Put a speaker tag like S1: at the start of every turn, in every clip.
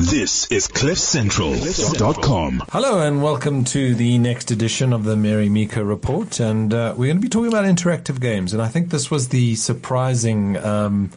S1: This is CliffCentral.com.
S2: Hello and welcome to the next edition of the Mary Meeker Report, and uh, we're going to be talking about interactive games. And I think this was the surprising um,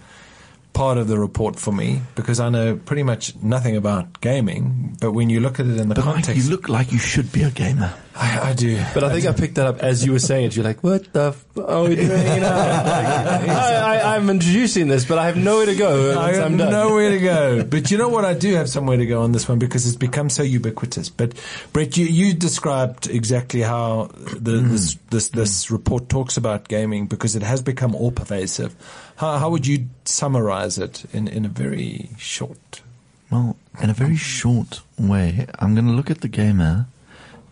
S2: part of the report for me because I know pretty much nothing about gaming, but when you look at it in the
S3: But Mike,
S2: context,
S3: you look like you should be a gamer.
S2: I, I do.
S4: But I think I picked that up as you were saying it. You're like, what the? F- oh, you know, you know. I, I, I'm introducing this, but I have nowhere to go
S2: I
S4: once
S2: have
S4: I'm done.
S2: nowhere to go. But you know what? I do have somewhere to go on this one because it's become so ubiquitous. But Brett, you, you described exactly how the, this, this this report talks about gaming because it has become all pervasive. How, how would you summarize it in, in a very short?
S3: Well, in a very short way, I'm going to look at the gamer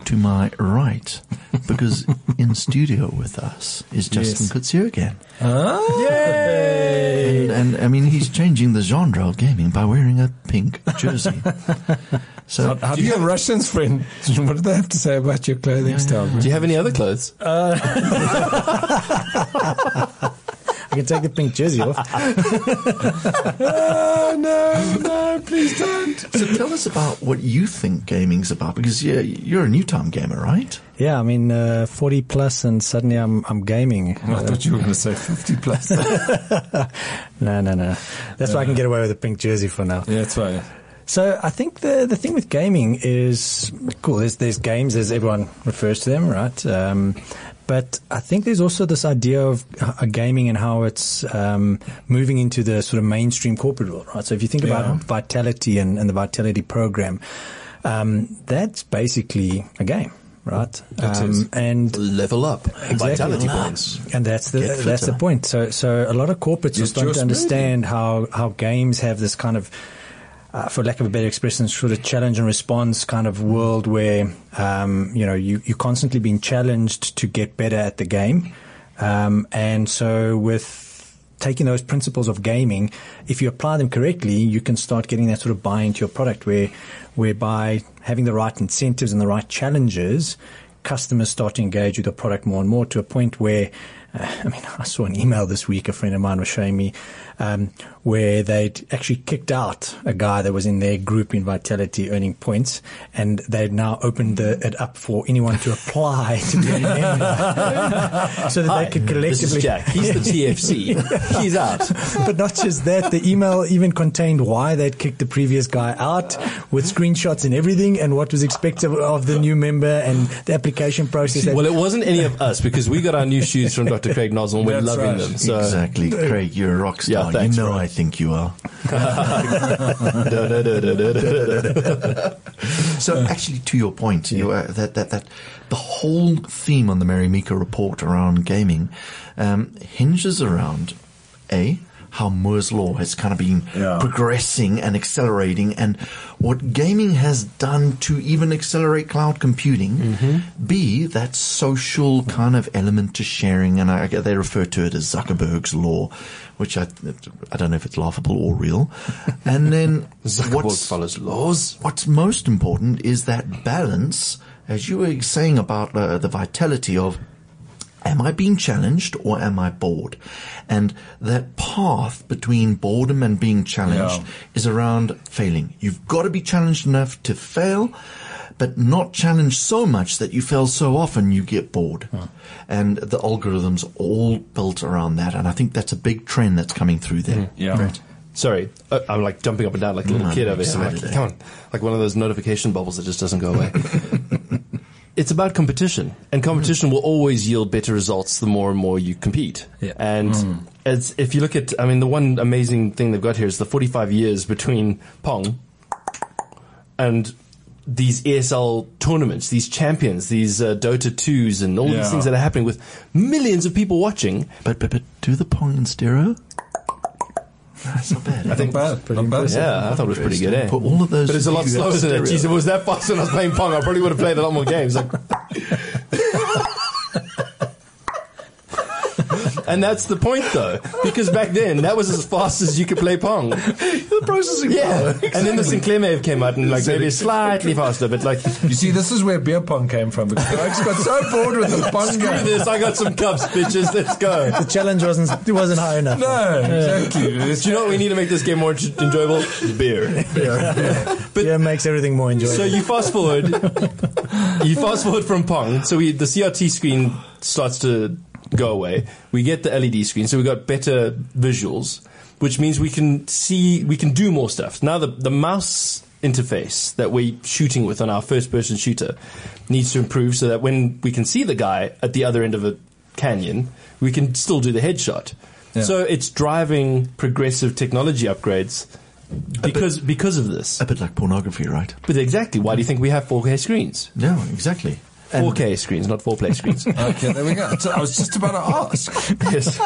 S3: to my right because in studio with us is Justin
S2: Yes.
S3: Kutsu again.
S4: Yay!
S3: And, and I mean, he's changing the genre of gaming by wearing a pink jersey. So,
S2: How do you have Russians friend? What do they have to say about your clothing style? Brett?
S4: Do you have any other clothes?
S5: I can take the pink jersey off.
S2: Oh, no, no, please don't.
S3: so tell us about what you think gaming's about because yeah, you're a new time gamer, right?
S5: Yeah, I mean, uh, 40 plus and suddenly I'm, I'm gaming.
S2: I thought you were going to say fifty plus. yeah,
S5: No, no, no. That's why I can get away with a pink jersey for now.
S2: that's right.
S5: So I think the the thing with gaming is cool. There's there's games as everyone refers to them, right? Um, but I think there's also this idea of uh, gaming and how it's um, moving into the sort of mainstream corporate world, right? So if you think about Vitality and, and the Vitality program, um, that's basically a game, right? um,
S2: is.
S5: And
S4: Level up. Vitality points.
S5: and that's the
S3: Get
S5: that's
S3: fitter.
S5: the point. So so a lot of corporates are
S2: Use
S5: starting
S2: your
S5: to understand how how games have this kind of, uh, for lack of a better expression, sort of challenge and response kind of world where um, you know you you're constantly being challenged to get better at the game, um, and so with. Taking those principles of gaming, if you apply them correctly, you can start getting that sort of buy into your product, where, whereby having the right incentives and the right challenges, customers start to engage with the product more and more to a point where, uh, I mean, I saw an email this week, a friend of mine was showing me, um, where they'd actually kicked out a guy that was in their group in Vitality earning points, and they'd now opened the, it up for anyone to apply to be a member so that they could
S4: This is
S5: collectively.
S4: Jack. He's the TFC. He's out.
S5: but not just that, the email even contained why they'd kicked the previous guy out with screenshots and everything and what was expected of the new member and the application process. that-
S4: Well, it wasn't any of us because we got our new shoes from Dr. Craig Nozzle and we're
S2: That's
S4: loving
S2: right.
S4: them. So
S3: exactly, Craig. You're a rock star.
S4: Yeah, thanks,
S3: you know
S4: bro.
S3: I think you are. So actually, to your point, you, uh, that that that the whole theme on the Mary Meeker report around gaming um, hinges around a how Moore's law has kind of been
S1: Yeah.
S3: progressing and accelerating, and what gaming has done to even accelerate cloud computing. B that social kind of element to sharing, and I, I get- they refer to it as Zuckerberg's law, which I I don't know if it's laughable or real. And then
S4: Zuckerberg
S3: what's
S4: follows laws.
S3: What's most important is that balance, as you were saying about uh, the vitality of am I being challenged or am I bored? And that path between boredom and being challenged is around failing. You've got to be challenged enough to fail, but not challenged so much that you fail so often you get bored. And the algorithms all built around that. And I think that's a big trend that's coming through there.
S1: Yeah.
S4: Sorry, uh, I'm like jumping up and down like a little
S3: Mm,
S4: kid over here. I'm
S3: excited,
S4: like,
S3: eh?
S4: come on, like one of those notification bubbles that just doesn't go away. it's about competition, and competition will always yield better results the more and more you compete.
S2: Yeah. Mm.
S4: And as if you look at, I mean, the one amazing thing they've got here is the 45 years between Pong and these ESL tournaments, these champions, these uh, Dota twos, and all
S2: Yeah.
S4: these things that are happening with millions of people watching.
S3: But, but, but do the Pong and stereo? That's not bad. eh?
S2: Not bad. Not bad.
S4: Yeah, I thought it was pretty good. Eh?
S3: Put all of those.
S4: But it's a lot
S3: together.
S4: slower than that. Jeez, if it was that fast when I was playing Pong, I probably would have played a lot more games. Like, And that's the point, though, because back then that was as fast as you could play Pong.
S3: the processing
S4: Yeah.
S3: power.
S4: And then the Sinclair Mave came out and like maybe it's slightly faster, but like
S2: You see, this is where beer pong came from because I just got so bored with the pong
S4: screw
S2: game.
S4: this, I got some cups, bitches. Let's go.
S5: The challenge wasn't it wasn't high enough.
S2: No, exactly. It's-
S4: Do you know what we need to make this game more en- enjoyable? Beer. But-
S5: yeah, it makes everything more enjoyable.
S4: So you fast forward. You fast forward from Pong. So we the CRT screen starts to go away. We get the LED screen. So we got better visuals, which means we can see we can do more stuff. Now the the mouse interface that we're shooting with on our first person shooter needs to improve so that when we can see the guy at the other end of a canyon, we can still do the headshot.
S2: Yeah.
S4: So it's driving progressive technology upgrades because because of this.
S3: A bit like pornography, right?
S4: But exactly, why do you think we have 4K screens?
S3: No, exactly.
S4: 4K screens, not 4Play screens.
S2: Okay, there we go. So I was just about to ask.
S4: yes.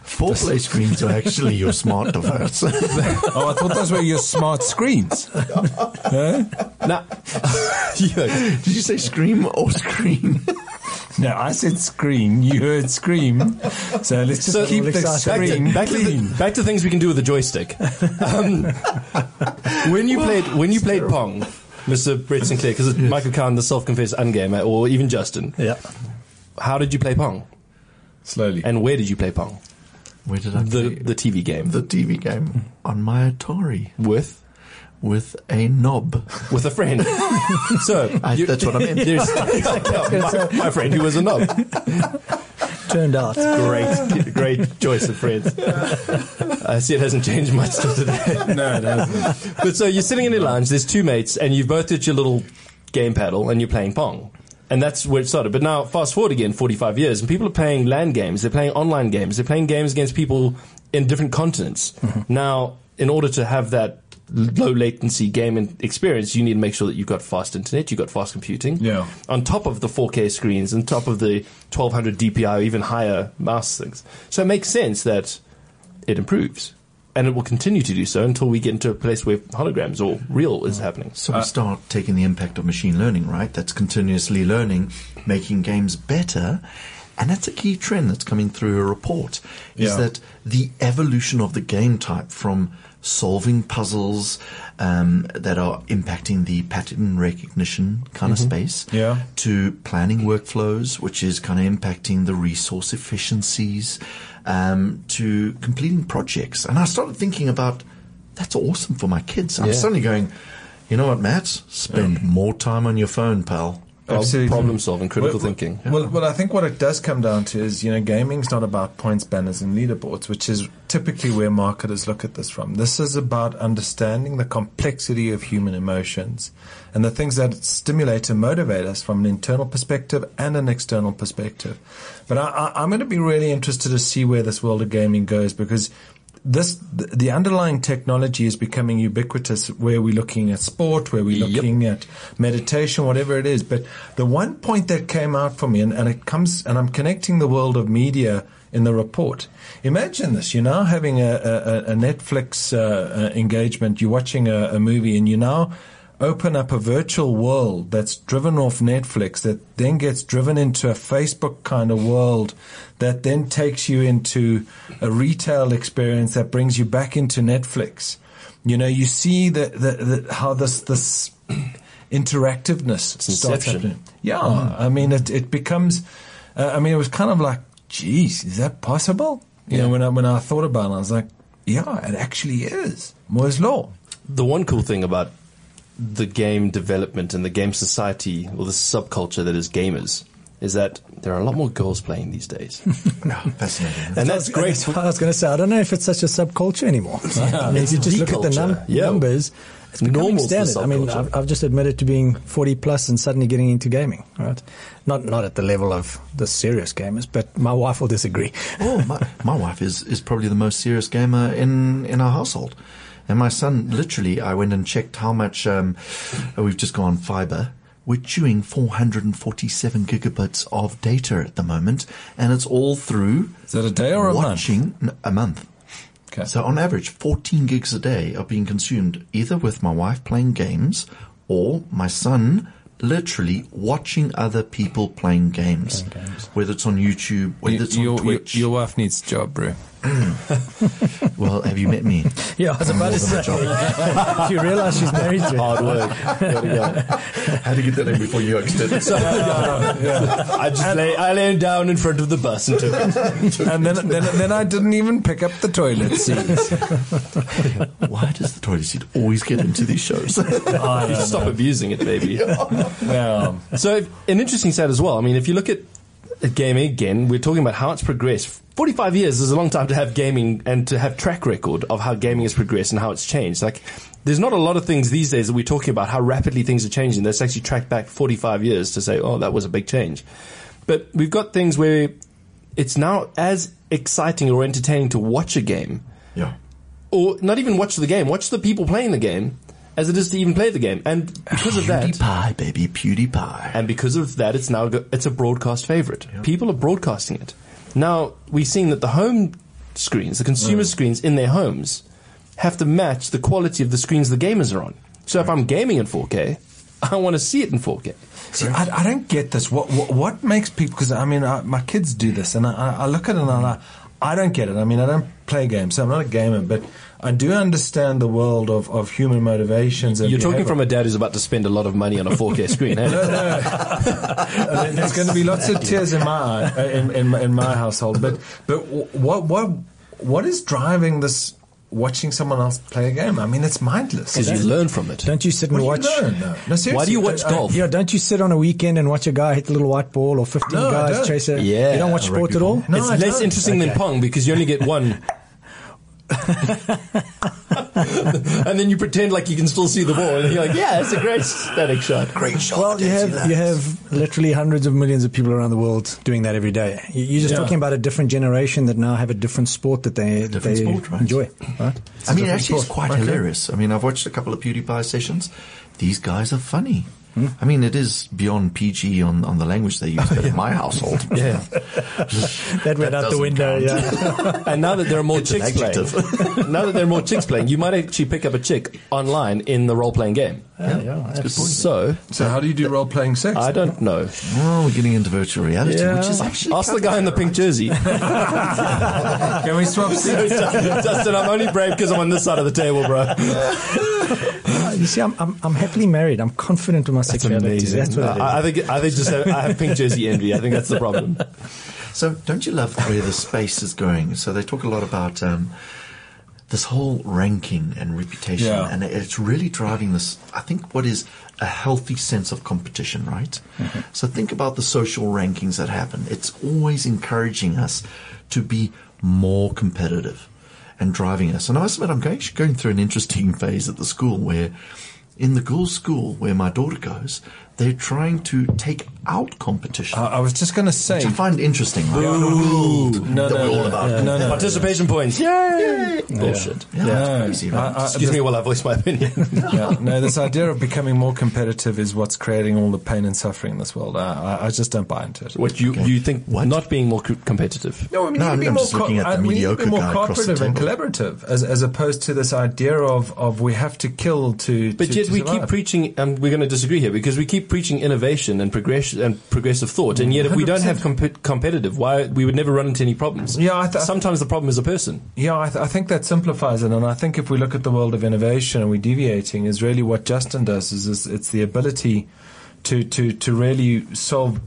S3: Four play screens are actually your smart device.
S2: Oh, I thought those were your smart screens.
S4: Now, yeah.
S3: Did you say scream or screen?
S2: No, I said screen. You heard scream. So let's just
S4: So-
S2: keep the
S4: back,
S2: screen
S4: to, back, to
S2: clean.
S4: the, back to things we can do with a joystick. Um, when you played when you played Pong, Mr. Brett Sinclair, because Michael Kahn, the self-confessed ungamer, or even Justin,
S5: yeah.
S4: how did you play Pong?
S2: Slowly.
S4: And where did you play Pong?
S3: Where did I
S4: The,
S3: play?
S4: the TV game.
S3: the TV game on my Atari
S4: with?
S3: with a knob.
S4: With a friend. So,
S3: I-
S4: you-
S3: that's what I meant.
S4: there's- my, my friend who was a knob.
S5: Turned out.
S4: great, great choice of friends. I see it hasn't changed much since today.
S2: no, it hasn't.
S4: But so you're sitting in your lounge, there's two mates, and you've both got your little game paddle and you're playing Pong. And that's where it started. But now, fast forward again 45 years, and people are playing land games, they're playing online games, they're playing games against people in different continents. Now, in order to have that low latency game and experience, you need to make sure that you've got fast internet, you've got fast computing.
S2: Yeah.
S4: On top of the 4K screens, on top of the 1200 DPI, or even higher mouse things. So it makes sense that it improves. And it will continue to do so until we get into a place where holograms or real is happening.
S3: So we start taking the impact of machine learning, right? That's continuously learning, making games better. And that's a key trend that's coming through a report is
S2: Yeah.
S3: that the evolution of the game type from solving puzzles um, that are impacting the pattern recognition kind of space
S2: Yeah.
S3: to planning workflows, which is kind of impacting the resource efficiencies, um, to completing projects. And I started thinking about that's awesome for my kids. I'm
S4: Yeah.
S3: suddenly going, you know what, Matt? Spend more time on your phone, pal.
S4: Prob-
S2: Absolutely.
S4: Problem solving, critical
S2: well,
S4: thinking.
S2: Well, well, I think what it does come down to is, you know, gaming's not about points, banners, and leaderboards, which is typically where marketers look at this from. This is about understanding the complexity of human emotions and the things that stimulate and motivate us from an internal perspective and an external perspective. But I, I, I'm going to be really interested to see where this world of gaming goes because this th- the underlying technology is becoming ubiquitous where we're looking at sport where we're looking at meditation whatever it is but the one point that came out for me and, and it comes and i'm connecting the world of media in the report imagine this you're now having a, a, a- a netflix uh, uh, engagement you're watching a, a movie and you now open up a virtual world that's driven off Netflix that then gets driven into a Facebook kind of world that then takes you into a retail experience that brings you back into Netflix. You know, you see the, the, the how this this interactiveness starts
S4: inception.
S2: happening. Yeah, I mean, it it becomes. Uh, I mean, it was kind of like, geez, is that possible? You know, when I when I thought about it, I was like, yeah, it actually is Moore's law.
S4: the one cool thing about the game development and the game society or the subculture that is gamers is that there are a lot more girls playing these days.
S3: Fascinating.
S4: and that's great.
S5: That's what I was going to say. I don't know if it's such a subculture anymore. right? I mean, if you just
S4: The
S5: look at the num-
S4: culture. Yeah.
S5: numbers, it's becoming
S4: Normal for
S5: standard. I mean,
S4: subculture.
S5: I've, I've just admitted to being 40 plus and suddenly getting into gaming, right? Not not at the level of the serious gamers, but my wife will disagree.
S3: oh, my, my wife is, is probably the most serious gamer in, in our household. And my son, literally, I went and checked how much um, we've just gone fiber. We're chewing 447 gigabytes of data at the moment, and it's all through
S2: Is that a day or a month?
S3: watching n- a month.
S2: Okay.
S3: So on average, 14 gigs a day are being consumed either with my wife playing games or my son literally watching other people playing games, whether it's on YouTube, whether it's on
S2: your, your,
S3: Twitch.
S2: your wife needs a job, bro.
S3: well, have you met me?
S5: Yeah, I was about to say. if you realise she's married to him.
S4: Hard work. Gotta go.
S3: How to get that in before you did it?
S4: I just lay, I lay down in front of the bus and took it.
S2: And then, then, then I didn't even pick up the toilet seat.
S3: Why does the toilet seat always get into these shows?
S4: You stop abusing it, baby.
S2: Well,
S4: So, if- an interesting stat as well. I mean, if you look at, at gaming again, we're talking about how it's progressed. 45 years is a long time to have gaming and to have track record of how gaming has progressed and how it's changed. Like, there's not a lot of things these days that we're talking about how rapidly things are changing. That's actually tracked back 45 years to say, oh, that was a big change. But we've got things where it's now as exciting or entertaining to watch a game
S3: yeah.
S4: or not even watch the game, watch the people playing the game, as it is to even play the game. And because of that,
S3: PewDiePie, baby, PewDiePie.
S4: and because of that, it's now go- it's a broadcast favorite. People are broadcasting it. Now we're seeing that the home screens, the consumer screens in their homes, have to match the quality of the screens the gamers are on. So if I'm gaming in 4K, I want to see it in 4K.
S2: see, I, I don't get this. What what, what makes people? Because I mean, I, my kids do this, and I, I- I look at it and I, I don't get it. I mean, I don't play games, so I'm not a gamer, but I do understand the world of, of human motivations. And
S4: You're talking
S2: behavior.
S4: from a dad who's about to spend a lot of money on a 4K screen. eh?
S2: No, no. Uh, There's going to be lots of tears in my eye, uh, in, in, my- in my household. But but wh- what what what is driving this? Watching someone else play a game. I mean, it's mindless.
S4: Because you learn from it.
S5: Don't you sit
S2: What
S5: and
S2: do you
S5: watch? Uh,
S2: learn, though? No, seriously,
S4: Why do you watch
S2: I- I-
S4: golf?
S5: Yeah, don't you sit on a weekend and watch a guy hit the little white ball or 15
S2: No, I don't.
S5: guys chase a.
S4: Yeah,
S5: You don't watch
S3: rugby
S5: sport at all?
S2: No,
S4: it's
S2: I
S4: less
S2: don't.
S4: interesting than Pong because you only get one. and then you pretend like you can still see the ball, and you're like, "Yeah, it's a great static shot."
S3: Great shot.
S5: Well, you
S3: Didn't see
S5: have
S3: that.
S5: you have literally hundreds of millions of people around the world doing that every day. You- You're just
S2: Yeah.
S5: talking about a different generation that now have a different sport that they that
S3: Different
S5: they
S3: sport, right.
S5: enjoy. Right?
S3: I mean, actually, it's quite hilarious. I mean, I've watched a couple of PewDiePie sessions. These guys are funny. I mean, it is beyond PG on, on the language they use, but in my household,
S4: Yeah,
S5: That went out the
S3: doesn't
S5: window.
S3: count.
S5: Yeah.
S4: and now that there are more
S3: an
S4: chicks playing,
S3: adjective.
S4: now that there are more chicks playing, you might actually pick up a chick online in the role-playing game.
S5: yeah, yeah.
S4: So
S2: So how do you do role playing sex?
S4: I don't know.
S3: well, we're getting into virtual reality,
S5: Yeah.
S3: which is actually
S4: Ask the guy in the pink jersey,
S2: Can we swap seats?
S4: Dustin. I'm only brave because I'm on this side of the table, bro.
S5: You see, I'm, I'm I'm happily married. I'm confident with my sexuality. That's what it is.
S4: I, I think I think just have, I have pink jersey envy. I think that's the problem.
S3: So, don't you love where the space is going? So, they talk a lot about um, this whole ranking and reputation,
S2: Yeah.
S3: and it's really driving this, I think, what is a healthy sense of competition, right? So, think about the social rankings that happen. It's always encouraging us to be more competitive and driving us. And I must admit, I'm going, actually going through an interesting phase at the school where, in the girls' school where my daughter goes, they're trying to take out competition.
S2: I, I was just going to say. uh,
S3: Which I find interesting. Right?
S2: No,
S3: that we're
S2: no,
S3: all
S2: no,
S3: about.
S2: no, no, no.
S4: Participation points. Yay! Bullshit.
S3: Yeah, it's
S2: No.
S3: crazy,
S2: I-
S3: right?
S2: I-
S4: Excuse me while I voice my opinion.
S2: yeah, no, this idea of becoming more competitive is what's creating all the pain and suffering in this world. I, I, I just don't buy into it.
S4: What you you think?
S3: What?
S4: Not being more co- competitive.
S2: No, I mean, you need to
S3: No, I'm-
S2: be
S3: I'm
S2: more
S3: just looking at the
S2: I- we need to
S3: mediocre
S2: be more
S3: guy across the
S2: cooperative and collaborative, as as opposed to this idea of of we have to kill to.
S4: But
S2: to,
S4: yet
S2: to
S4: we
S2: survive.
S4: keep preaching, and we're going to disagree here because we keep preaching innovation and progression and progressive thought, and yet if we don't have comp- competitive, why we would never run into any problems?
S2: Yeah, I th-
S4: sometimes the problem is a person.
S2: Yeah, I, th- I think that simplifies it, and I think if we look at the world of innovation and we're deviating, is really what Justin does is, is it's the ability to, to to really solve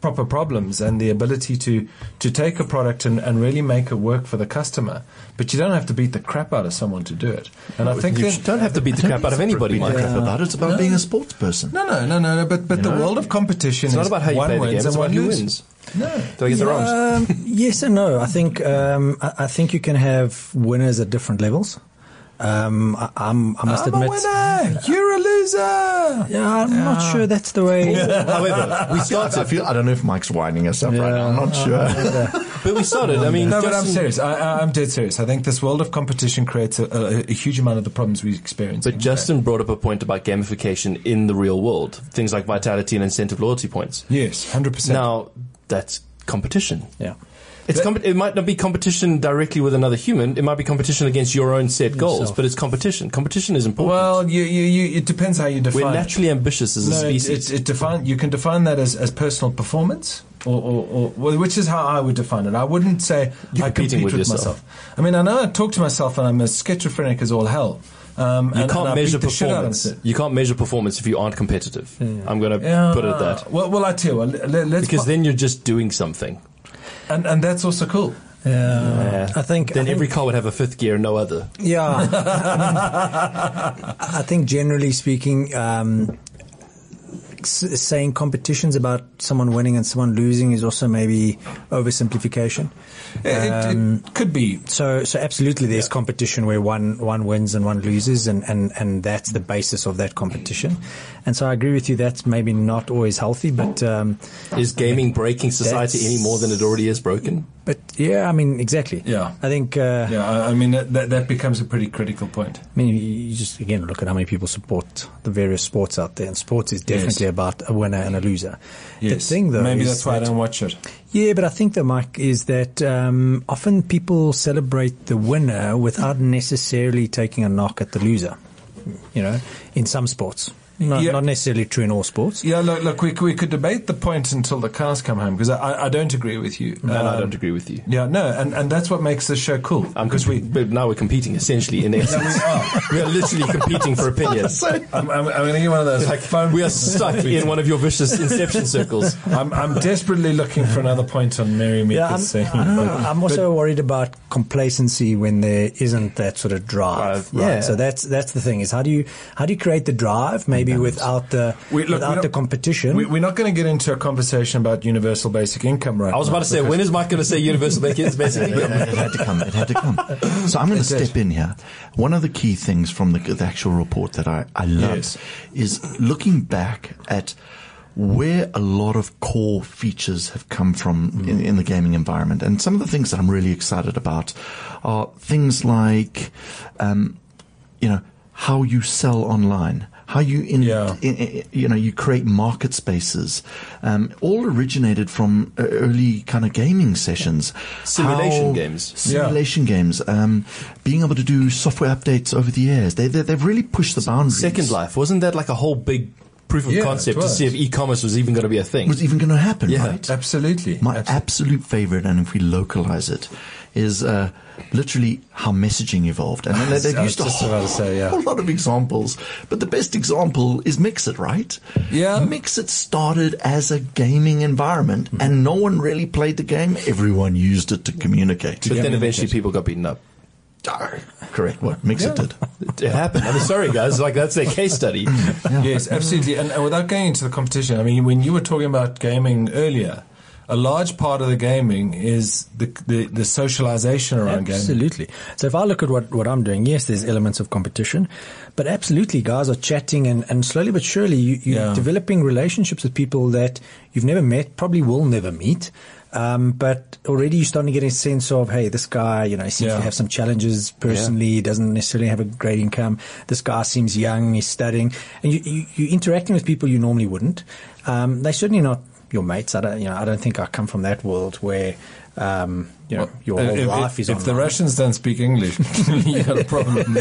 S2: proper problems and the ability to to take a product and, and really make it work for the customer. But you don't have to beat the crap out of someone to do it. And I think
S4: You
S2: then,
S4: sh- don't have to beat the crap out of anybody,
S3: Beat the
S4: Mike.
S3: crap about it. It's about being a sports person.
S2: no, no, no, no, no. But but the world of competition
S4: It's not
S2: is
S4: about how you
S2: one
S4: play the
S2: wins
S4: game;
S2: and
S4: it's about
S2: one
S4: who
S2: loses.
S4: wins.
S2: No.
S4: Do I get the wrongs?
S5: Um, yes and no. I think um, I, I think you can have winners at different levels. Um, I, I'm, I must
S2: I'm
S5: admit.
S2: a winner. You're a loser.
S5: Yeah, I'm not sure that's the way.
S4: However, we
S3: I
S4: started,
S3: feel I don't know if Mike's winding us up right now. I'm
S2: Uh,
S3: not sure.
S4: but we started. I mean,
S2: No, but I'm
S4: Justin-
S2: serious. I, I, I'm dead serious. I think this world of competition creates a, a, a huge amount of the problems we experience.
S4: But Justin brought up a point about gamification in the real world, things like vitality and incentive loyalty points.
S2: yes, hundred percent.
S4: Now, that's competition.
S5: yeah.
S4: It's com- it might not be competition directly with another human. It might be competition against your own set goals,
S5: Yourself.
S4: but it's competition. Competition is important.
S2: Well, you, you, you, it depends how you define
S4: We're
S2: it.
S4: naturally ambitious as a
S2: No, it,
S4: species.
S2: it, it define, you can define that as, as personal performance, or, or, or well, which is how I would define it. I wouldn't say
S4: You're
S2: I compete
S4: competing
S2: with,
S4: with yourself.
S2: myself. I mean, I know I talk to myself, and I'm as schizophrenic as all hell. Um,
S4: you
S2: and,
S4: can't
S2: and I
S4: measure
S2: beat the shit out of
S4: performance.
S2: it.
S4: You can't measure performance if you aren't competitive. I'm going to
S2: Yeah.
S4: put it that
S2: Well, well, I tell you, what, let, us
S4: because then you're just doing something.
S2: and, and that's also cool.
S5: Yeah. I think
S4: Then
S5: I think-
S4: every car would have a fifth gear, no other.
S5: Yeah, I, mean, I think generally speaking, um, s- saying competitions about someone winning and someone losing is also maybe oversimplification.
S2: It- It,
S4: Um,
S2: it could be.
S5: So, so absolutely, there's competition where one one wins and one loses, and and and that's the basis of that competition. And so, I agree with you. That's maybe not always healthy, but. Um,
S4: Is gaming breaking society
S5: That's-
S4: any more than it already is broken?
S5: but yeah, I mean, exactly.
S2: Yeah.
S5: I think. Uh,
S2: Yeah, I, I mean that, that that becomes a pretty critical point.
S5: I mean, you- you just again look at how many people support the various sports out there, and sports is definitely about a winner and a loser.
S2: Yes.
S5: The thing, though,
S2: maybe
S5: is
S2: that's why I
S5: that-
S2: don't watch it.
S5: Yeah, but I think the Mike is that um, often people celebrate the winner without necessarily taking a knock at the loser. You know, in some sports, not,
S2: Yeah.
S5: not necessarily true in all sports.
S2: Yeah, look, look, we c- we could debate the point until the cars come home because I, I, I don't agree with you.
S4: And I
S2: Um,
S4: don't agree with you. Um,
S2: Yeah, no, and, and that's what makes this show cool. Because we,
S4: but now we're competing essentially in essence. we, are. literally competing for opinions.
S2: I'm, I'm, I'm going to get one of those. Like, phone
S4: We are stuck in one of your vicious inception circles.
S2: I'm, I'm desperately looking for another point on Mary Meeker's
S5: Yeah, I'm,
S2: thing.
S5: I don't know.
S2: but-
S5: I'm also worried about complacency when there isn't that sort of
S4: Drive,
S5: drive.
S4: yeah.
S5: So that's that's the thing is how do you how do you create the drive maybe without the
S2: We- look, we
S5: without the
S2: don't-
S5: competition?
S2: we, we're not going to get into a conversation about universal basic income right
S4: I was about to say, when is Mike going to say universal basic basic
S3: But
S4: income?
S3: it had to come. It had to come. So I'm going to step in here. One of the key things from the, the actual report that I, I love
S2: Yes.
S3: is looking back at where a lot of core features have come from
S2: Mm.
S3: in, in the gaming environment. And some of the things that I'm really excited about are things like, um, you know, how you sell online, how you in,
S2: Yeah.
S3: in- in- you know, you create market spaces, um, all originated from uh, early kind of gaming sessions.
S4: Simulation
S3: How-
S4: games.
S3: Simulation games. Um, being able to do software updates over the years. They, they, they've really pushed the boundaries.
S4: Second Life wasn't that like a whole big proof of
S2: Yeah, it
S4: concept to
S2: was.
S4: see if e-commerce was even going to be a thing?
S3: Was even going to happen,
S4: Yeah.
S3: right?
S2: Absolutely.
S3: My
S2: Absolutely.
S3: absolute favorite, and if we localize it, is uh, literally how messaging evolved. And then they,
S2: I
S3: they've
S2: was
S3: used a
S2: just about
S3: whole,
S2: to say, yeah.
S3: whole lot of examples, but the best example is Mixit, right?
S2: Yeah.
S3: Mixit started as a gaming environment, and no one really played the game. Everyone used it to communicate.
S4: but then eventually people got beaten up.
S3: Correct. What Mixit did.
S4: It happened. I'm sorry, guys. Like that's their case study.
S2: Yes, absolutely. And, and without going into the competition, I mean, when you were talking about gaming earlier, a large part of the gaming is the the, the socialization around gaming.
S5: Absolutely. So if I look at what, what I'm doing, yes, there's elements of competition, but absolutely guys are chatting and, and slowly but surely you, you're
S2: Yeah.
S5: developing relationships with people that you've never met, probably will never meet. Um, but already you're starting to get a sense of, hey, this guy, you know, he seems
S2: Yeah.
S5: to have some challenges personally, He doesn't necessarily have a great income. This guy seems young, he's studying, and you, you, you're interacting with people you normally wouldn't. Um, they're certainly not your mates. I don't, you know, I don't think I come from that world where, um, you know, your whole
S2: if,
S5: life is
S2: if the
S5: online.
S2: Russians don't speak English, you got a problem.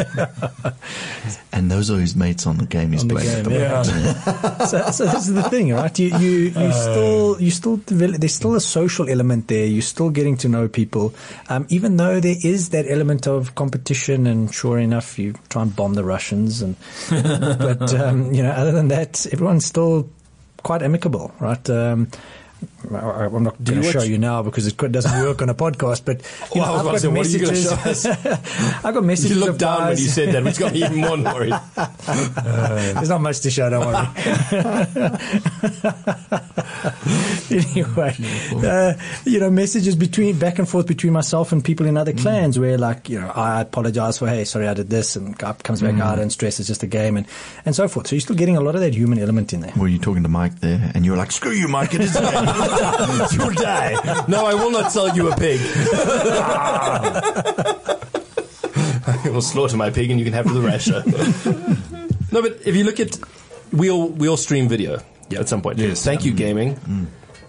S3: And those are his mates on the game he's playing at the moment.
S2: yeah.
S5: so, so this is the thing, right? You you
S4: Uh,
S5: you still you still develop, there's still a social element there. You're still getting to know people, um, even though there is that element of competition. And sure enough, you try and bomb the Russians, and but um, you know, other than that, everyone's still quite amicable, right? Um, I- I- I'm not going to
S4: you
S5: show
S4: watch-
S5: you now because it could- doesn't work on a podcast. But you
S4: Well, I was about to
S5: I've
S4: say,
S5: got
S4: what are you gonna
S5: messages.
S4: show
S5: I got messages.
S4: You
S5: of
S4: looked down when
S5: guys-
S4: you said that, which got me even more worried.
S5: There's not much to show, don't worry. anyway, uh, you know, messages between back and forth between myself and people in other clans where, like, you know, I apologize for, hey, sorry, I did this, and guy comes back out and stress, it's just a game, and, and so forth. So you're still getting a lot of that human element in there.
S3: Were you talking to Mike there? And you were like, "Screw you, Mike! It is a game."
S4: You'll die. No, I will not sell you a pig. I will slaughter my pig, and you can have the rasher. no, but if you look at, we all we all stream video at some point.
S2: Yes. Mm.
S4: Thank you, gaming.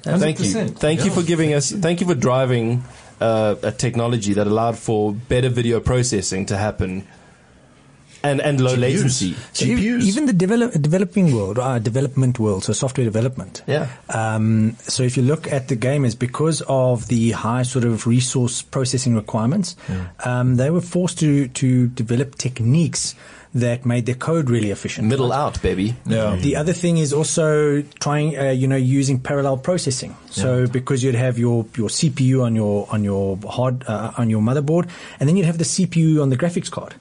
S4: Thank you.
S2: 100%.
S4: Thank you
S2: Yeah.
S4: for giving us. Thank you for driving uh, a technology that allowed for better video processing to happen and, and low latency.
S5: So ev-
S3: GPUs.
S5: Even the develop, developing world, uh, development world, so software development.
S4: Yeah.
S5: Um, so if you look at the gamers, because of the high sort of resource processing requirements, um, they were forced to, to develop techniques that made their code really efficient.
S4: Middle out, baby.
S2: Yeah.
S5: The other thing is also trying, uh, you know, using parallel processing. So because you'd have your, your CPU on your on your hard uh, on your motherboard, and then you'd have the CPU on the graphics card.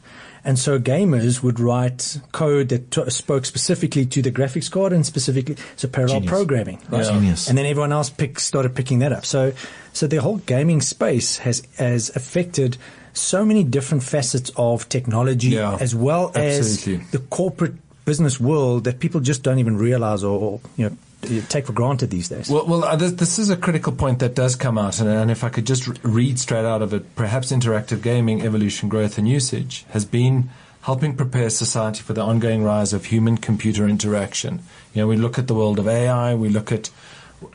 S5: And so gamers would write code that t- spoke specifically to the graphics card and specifically so parallel programming, right?
S3: Genius.
S5: And then everyone else pick, started picking that up. So so the whole gaming space has has affected so many different facets of technology
S2: Yeah.
S5: as well
S2: Absolutely.
S5: as the corporate business world that people just don't even realize or, or you know t- take for granted these days.
S2: Well, well, uh, this, this is a critical point that does come out, and, and if I could just re- read straight out of it, perhaps interactive gaming evolution, growth, and usage has been helping prepare society for the ongoing rise of human-computer interaction. You know, we look at the world of AI, we look at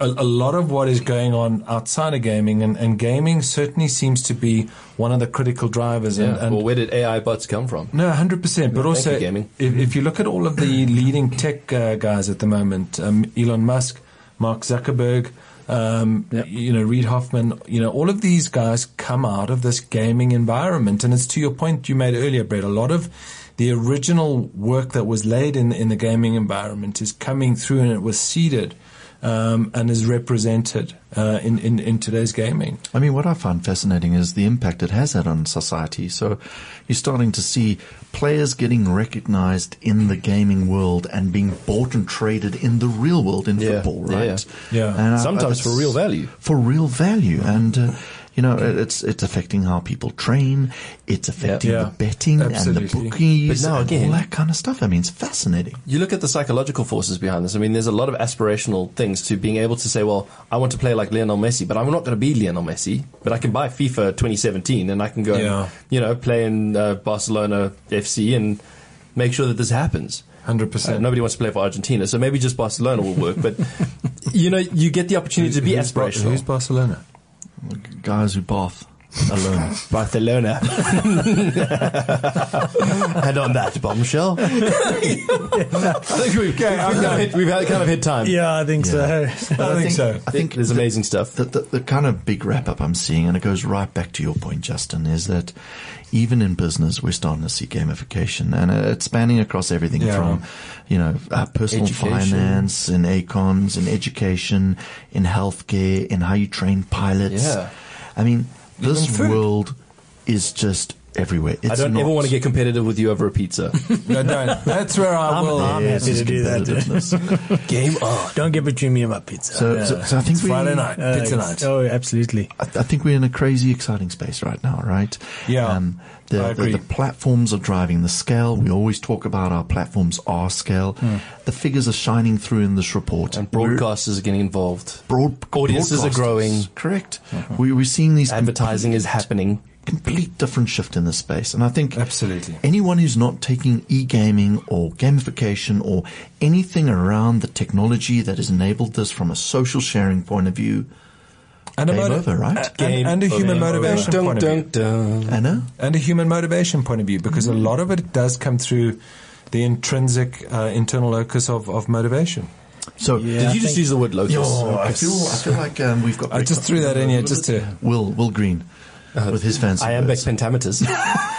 S2: a, a lot of what is going on outside of gaming, and, and gaming certainly seems to be one of the critical drivers. And, and
S4: well, where did AI bots come from?
S2: no, hundred percent. But
S4: No, thank
S2: also,
S4: you, gaming.
S2: If, if you look at all of the leading tech uh, guys at the moment, um, Elon Musk, Mark Zuckerberg, um, you know Reid Hoffman, you know all of these guys come out of this gaming environment, and it's to your point you made earlier, Brett. A lot of the original work that was laid in in the gaming environment is coming through, and it was seeded. Um, and is represented uh, in, in, in today's gaming.
S3: I mean, what I find fascinating is the impact it has had on society. So you're starting to see players getting recognized in the gaming world and being bought and traded in the real world in
S4: Yeah,
S3: football,
S4: yeah,
S3: right?
S2: yeah. Yeah.
S3: And I-
S4: Sometimes for
S3: it's-
S4: real value.
S3: For real value. And, uh, you know, it- it's it's affecting how people train. It's affecting
S2: Yeah.
S3: the betting and the
S2: Absolutely.
S3: bookies
S4: But now
S3: and
S4: again-
S3: all that kind of stuff. I mean, it's fascinating.
S4: you look at the psychological forces behind this. I mean, there's a lot of aspirational things to being able to say, well, I want to play like Lionel Messi, but I'm not going to be Lionel Messi, but I can buy FIFA 2017 and I can go, and,
S2: Yeah.
S4: you know, play in uh, Barcelona FC and make sure that this happens.
S2: 100%.
S4: Uh, nobody wants to play for Argentina, so maybe just Barcelona will work. But, you know, you get the opportunity to be
S2: Who's Bar-
S4: aspirational.
S2: Who's Barcelona?
S3: Guys who bath alone.
S4: Barcelona. and on that bombshell, I think we've, we've, kind of hit, we've had, kind of hit time.
S5: yeah, I think so.
S2: I, think, so.
S3: I think
S4: there's
S3: the-
S4: amazing stuff.
S3: The, the, the kind of big wrap up I'm seeing, and it goes right back to your point, Justin, is that even in business, we're starting to see gamification, and uh, it's spanning across everything
S2: Yeah.
S3: from, you know, uh, personal
S4: Education.
S3: finance, in acons, in education, in healthcare, in how you train pilots.
S4: Yeah.
S3: I mean, this
S2: food.
S3: world is just everywhere. It's
S4: I don't
S3: not,
S4: ever want to get competitive with you over a pizza.
S2: No, no, that's where I will.
S5: I'm
S3: Yes,
S5: happy
S3: it's
S5: to do that.
S3: competitiveness.
S5: Game on. Don't get between me and my pizza.
S3: so, so, so I think we,
S2: Friday night,
S5: Uh,
S2: pizza night.
S5: Oh, absolutely.
S3: I I think we're in a crazy, exciting space right now, right? Um,
S2: Yeah,
S3: the,
S2: I
S3: the, the
S2: agree.
S3: platforms are driving the scale. We always talk about our platforms are scale. The figures are shining through in this report.
S4: Hmm. and broadcasters are getting involved.
S3: Broad,
S4: Audiences are
S3: broadcasters,
S4: growing. Mm-hmm.
S3: Correct. We, we're seeing these
S4: Advertising is happening.
S3: complete different shift in this space. And I think
S2: Absolutely.
S3: anyone who's not taking e-gaming or gamification or anything around the technology that has enabled this from a social sharing point of view,
S2: and
S3: game
S2: about a-
S3: over, right?
S2: a- And, and a human motivation point of view.
S3: Anna?
S2: And a human motivation point of view, because a lot of it does come through the intrinsic uh, internal locus of, of motivation.
S3: So
S5: Yeah,
S4: Did
S5: I
S4: you just
S5: think-
S4: use the word locus?
S3: Yo, I feel I feel like um, we've got.
S2: I just threw that in here just to- Uh,
S3: Will Will Green with his fancy.
S4: I am back
S3: words.
S4: pentameters.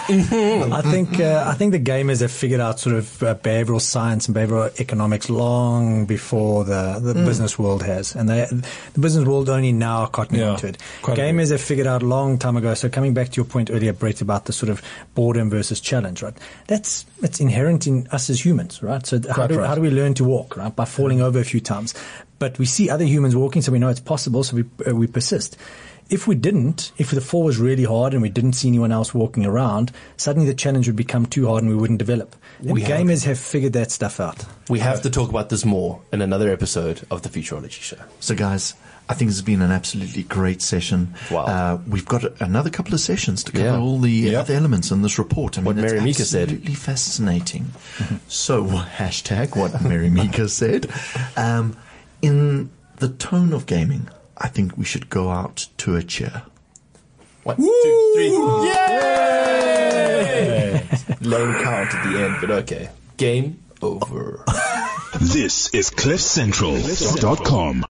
S5: I think uh, I think the gamers have figured out sort of uh, behavioral science and behavioral economics long before the,
S2: Mm.
S5: the business world has, and they, the business world only now are cottoning
S2: Yeah,
S5: onto it.
S2: quite a bit.
S5: Gamers have figured out a long time ago. So coming back to your point earlier, Brett, about the sort of boredom versus challenge, right? That's that's inherent in us as humans, right? So how
S2: Quite
S5: do,
S2: right.
S5: how do we learn to walk, right? By falling over a few times, but we see other humans walking, so we know it's possible, so we uh, we persist if we didn't, if the fall was really hard and we didn't see anyone else walking around, suddenly the challenge would become too hard and we wouldn't develop. And gamers have figured that stuff out.
S4: we have to talk about this more in another episode of the Futurology Show.
S3: So, guys, I think this has been an absolutely great session.
S4: Wow.
S3: Uh, we've got another couple of sessions to cover
S4: Yeah.
S3: all the
S4: Yeah.
S3: other elements in this report. I
S4: What
S3: mean, it's
S4: Mary Meeker said.
S3: absolutely fascinating. so, hashtag what Mary Meeker said. Um, in the tone of gaming, I think we should go out to a cheer.
S4: One, two, three. Yay!
S5: Yay!
S4: Low count at the end, but okay. Game over.
S1: This is CliffCentral.com.